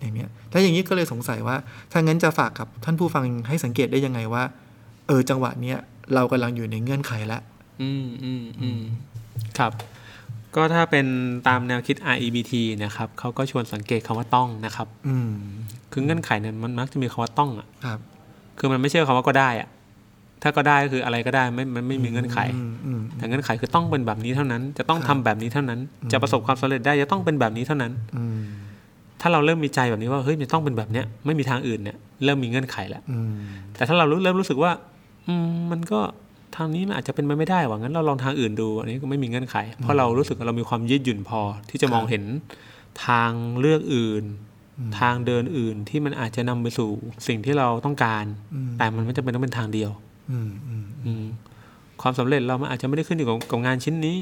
อย่างเนี้ยถ้าอย่างนี้ก็เลยสงสัยว่า ถ้างั้นจะฝากกับท่านผู้ฟังให้สังเกตได้ยังไงว่า เออจังหวะเนี้ยเรากำลังอยู่ในเงื่อนไขละ
อืมอืมอืมครับ ก็ถ้าเป็นตามแนวคิด REBT นะครับเขาก็ชวนสังเกตคำว่าต้องนะครับ
อืม
คือเงื่อนไขเนี่ยมันมักจะมีคำว่าต้องอ่ะ
ครับ
คือมันไม่ใช่คำว่าก็ได้อ่ะ ถ้าก็ได้ก็คืออะไรก็ได้ไม่มันไม่มีเงื่อนไข
อืมอืม
แต่เงื่อนไขคือต้องเป็นแบบนี้เท่านั้น จะต้อง
ครับ
ทำแบบนี้เท่านั้น จะประสบความสำเร็จได้จะต้องเป็นแบบนี้เท่านั้น
อืม
ถ้าเราเริ่มมีใจแบบนี้ว่าเฮ้ยมันต้องเป็นแบบเนี้ยไม่มีทางอื่นเนี่ยเริ่มมีเงื่อนไขแล้ว
อืม
แต่ถ้าเรารู้เริ่มรู้สึกว่า อืมมันก็ทางนี้มันอาจจะเป็นไปไม่ได้ว่างั้นเราลองทางอื่นดู อันนี้ก็ไม่มีเงื่อนไข เพราะเรารู้สึกว่าเรามีความยืดหยุ่นพอที่จะมองเห็นทางเลือกอื่น ทางเดินอื่นที่มันอาจจะนำไปสู่สิ่งที่เราต้องการ แต่มันไม่จำเป็นต้องเป็นทางเดียว
อืมอืม
อืมความสำเร็จเรามันอาจจะไม่ได้ขึ้นอยู่กับกับงานชิ้นนี้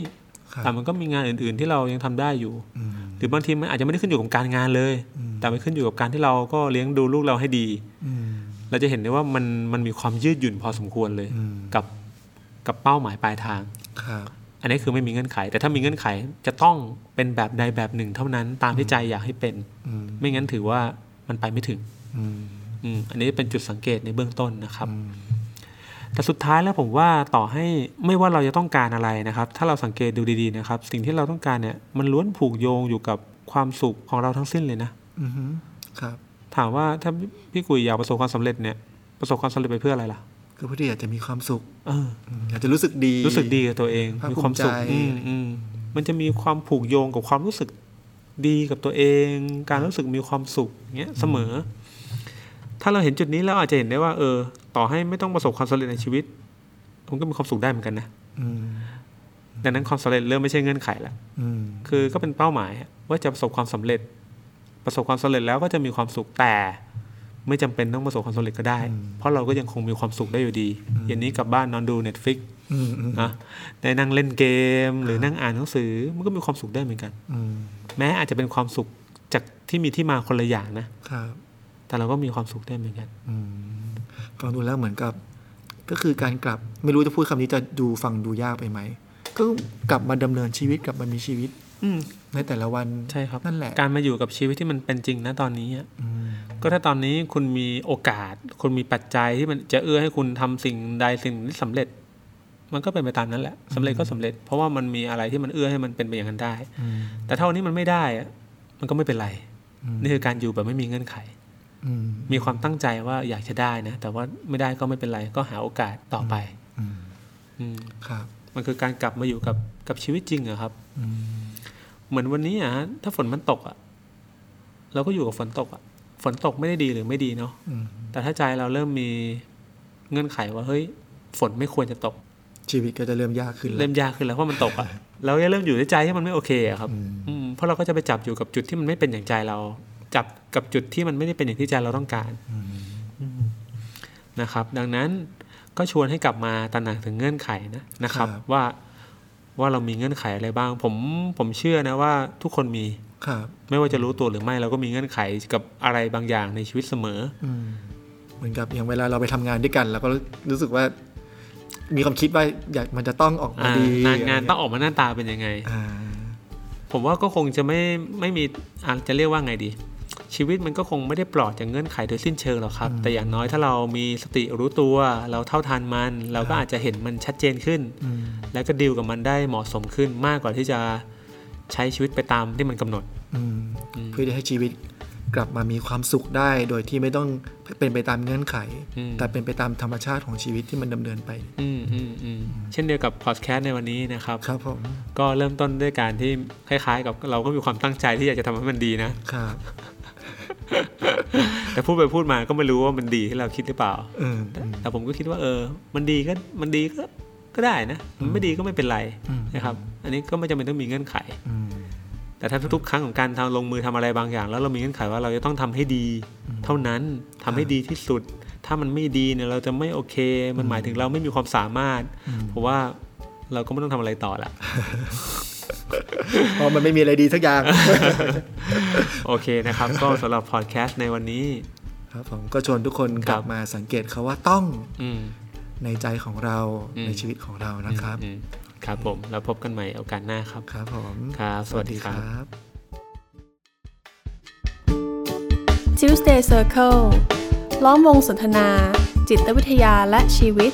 ครับ
แต่มันก็มีงานอื่น ๆ ที่เรายังทำได้อยู่
อืม
หรือบางทีมันอาจจะไม่ได้ขึ้นอยู่กับการงานเลย
อืม
แต่มันขึ้นอยู่กับการที่เราก็เลี้ยงดูลูกเราให้ดี
อืม
เราจะเห็นได้ว่ามันมันมีความยืดหยุ่นพอสมควรเลย
อืม
กับกับเป้าหมายปลายทาง
ครับ
อันนี้คือไม่มีเงื่อนไข แต่ถ้ามีเงื่อนไขจะต้องเป็นแบบใดแบบหนึ่งเท่านั้นตามที่ใจอยากให้เป็น
อืม
ไม่งั้นถือว่ามันไปไม่ถึง
อืม
อืมอันนี้เป็นจุดสังเกตในเบื้องต้นนะครับ
อืม
แต่สุดท้ายแล้วผมว่าต่อให้ไม่ว่าเราจะต้องการอะไรนะครับ ถ้าเราสังเกตดูดีๆนะครับ สิ่งที่เราต้องการเนี่ยมันล้วนผูกโยงอยู่กับความสุขของเราทั้งสิ้นเลยนะ
อืมครับ
ถามว่าถ้าพี่กุยอยากประสบความสำเร็จเนี่ยประสบความสำเร็จไปเพื่ออะไรล่ะ
คือพอดีอยากจะมีความสุข
เออ
อืมอยากจะรู้สึกดี
รู้สึกดีกับตัวเอง
ภาค
มีความสุข
ภูมิใจ
อืมอืมมันจะมีความผูกโยงกับความรู้สึกดีกับตัวเอง การรู้สึกมีความสุขเงี้ยเสมอ ถ้าเราเห็นจุดนี้เราอาจจะเห็นได้ว่า เออ ต่อให้ไม่ต้องประสบความสำเร็จในชีวิตมันก็มีความสุขได้เหมือนกันนะ
อืม
ดังนั้นความสำเร็จเริ่มไม่ใช่เงื่อนไขละ
อืม
คือก็เป็นเป้าหมายว่าจะประสบความสำเร็จ ประสบความสำเร็จแล้วก็จะมีความสุขแต่ ไม่จำเป็นต้องประสบความสำเร็จก็ได้ เพราะเราก็ยังคงมีความสุขได้อยู่ดีเย็นนี้กลับบ้านนอนดู Netflix
อืมอืม
นะได้นั่งเล่นเกมหรือนั่งอ่านหนังสือมันก็มีความสุขได้เหมือนกัน
อืม
แม้อาจจะเป็นความสุขจากที่มีที่มาคนละอย่างนะครับ แต่เราก็มีความสุขได้เหมือนกัน
อืมฟังดูแล้วเหมือนกับ ก็คือการกลับไม่รู้จะพูดคำนี้จะดูฟังดูยากไปไหม ก็กลับมาดำเนินชีวิตกลับมามีชีวิต
อืม
ในแต่ละวัน
ใช่ครับ
นั่นแหละ
การมาอยู่กับชีวิตที่มันเป็นจริงนะตอนนี้อะ
อืม
ก็ถ้าตอนนี้คุณมีโอกาส คุณมีปัจจัยที่มันจะเอื้อให้คุณทำสิ่งใดสิ่งที่สำเร็จ มันก็เป็นไปตามนั้นแหละสำเร็จก็สำเร็จ เพราะว่ามันมีอะไรที่มันเอื้อให้มันเป็นไปอย่างนั้นได้
อืม
แต่ถ้าวันนี้มันไม่ได้อะมันก็ไม่เป็นไร
อืม
นี่คือการอยู่แบบไม่มีเงื่อนไข
อืม
มีความตั้งใจว่าอยากจะได้นะ แต่ว่าไม่ได้ก็ไม่เป็นไรก็หาโอกาสต่อไป
อืม
อืม
ครับ
มันคือการกลับมาอยู่กับกับชีวิตจริงอะครับ
อืม
เหมือนวันนี้อะฮะถ้าฝนมันตกอะเราก็อยู่กับฝนตกอะฝนตกไม่ได้ดีหรือไม่ดีเนาะ
อืม
แต่ถ้าใจเราเริ่มมีเงื่อนไขว่าเฮ้ย ฝนไม่ควรจะตก
ชีวิตก็จะเริ่มยากขึ้นแล้ว
เริ่มยากขึ้นแล้วเพราะมันตกอะ เราจะเริ่มอยู่ในใจที่มันไม่โอเคอะครับ
อืม
อืมเพราะเราก็จะไปจับอยู่กับจุดที่มันไม่เป็นอย่างใจเรา จับกับจุดที่มันไม่ได้เป็นอย่างที่ใจเราต้องการ
อืม
นะครับดังนั้นก็ชวนให้กลับมาตระหนักถึงเงื่อนไขนะนะครับ ว่าว่าเรามีเงื่อนไขอะไรบ้าง ผมผมเชื่อนะว่าทุกคนมี
ครับ
ไม่ว่าจะรู้ตัวหรือไม่เราก็มีเงื่อนไขกับอะไรบางอย่างในชีวิตเสมอ
อืมเหมือนกับอย่างเวลาเราไปทำงานด้วยกันเราก็รู้สึกว่า มีความคิดว่าอยากมันจะต้องออกมา
อ่า
ดี
งานงานต้องออกมาหน้าตาเป็นยังไง
อ่า
ผมว่าก็คงจะไม่ไม่มีอาจจะเรียกว่าไงดี ชีวิตมันก็คงไม่ได้ปลอดจากเงื่อนไขโดยสิ้นเชิงหรอกครับ แต่อย่างน้อยถ้าเรามีสติรู้ตัวเราเท่าทานมัน เราก็อาจจะเห็นมันชัดเจนขึ้น
อืม
แล้วก็ดีลกับมันได้เหมาะสมขึ้นมากกว่าที่จะใช้ชีวิตไปตามที่มันกำหนด
อืม เพื่อจะให้ชีวิตกลับมามีความสุขได้ โดยที่ไม่ต้องเป็นไปตามเงื่อนไข
อืม
แต่เป็นไปตามธรรมชาติของชีวิตที่มันดำเนินไป
อืมอืมอืมเช่นเดียวกับพอดแคสต์ในวันนี้นะครับ
ครับผม
ก็เริ่มต้นด้วยการที่คล้ายๆ กับเราก็มีความตั้งใจที่อยากจะทำให้มันดีนะ
ครับ
แต่พูดไปพูดมาก็ไม่รู้ว่ามันดีที่เราคิดหรือเปล่า
เออ
แต่แต่ผมก็คิดว่าเออ มันดีก็มันดีก็ก็ได้นะ มันไม่ดีก็ไม่เป็นไรนะครับ อันนี้ก็ไม่จำเป็นต้องมีเงื่อนไข
อืม
แต่ถ้าทุกๆครั้งของการทำลงมือทำอะไรบางอย่าง แล้วเรามีเงื่อนไขว่าเราจะต้องทำให้ดี เท่านั้นทำให้ดีที่สุด ถ้ามันไม่ดีเนี่ยเราจะไม่โอเค มันหมายถึงเราไม่มีความสามารถเพราะว่าเราก็ไม่ต้องทำอะไรต่อละ
เพราะมันไม่มีอะไรดีสักอย่าง
โอเคนะครับ ก็สำหรับพอดแคสต์ในวันนี้
ครับผมก็ชวนทุกคนกลั
ครับ บ
มาสังเกตเขาว่าต้อง
อืม
ในใจของเรา
อืม
ในชีวิตของเรานะครับ
อืมครับผมแล้วพบกันใหม่โอกาสหน้าครับ
ครับผม
ครับสวัสดีครับ
บ
Tuesday Circle ล้อมวงสนทนา จิตวิทยาและชีวิต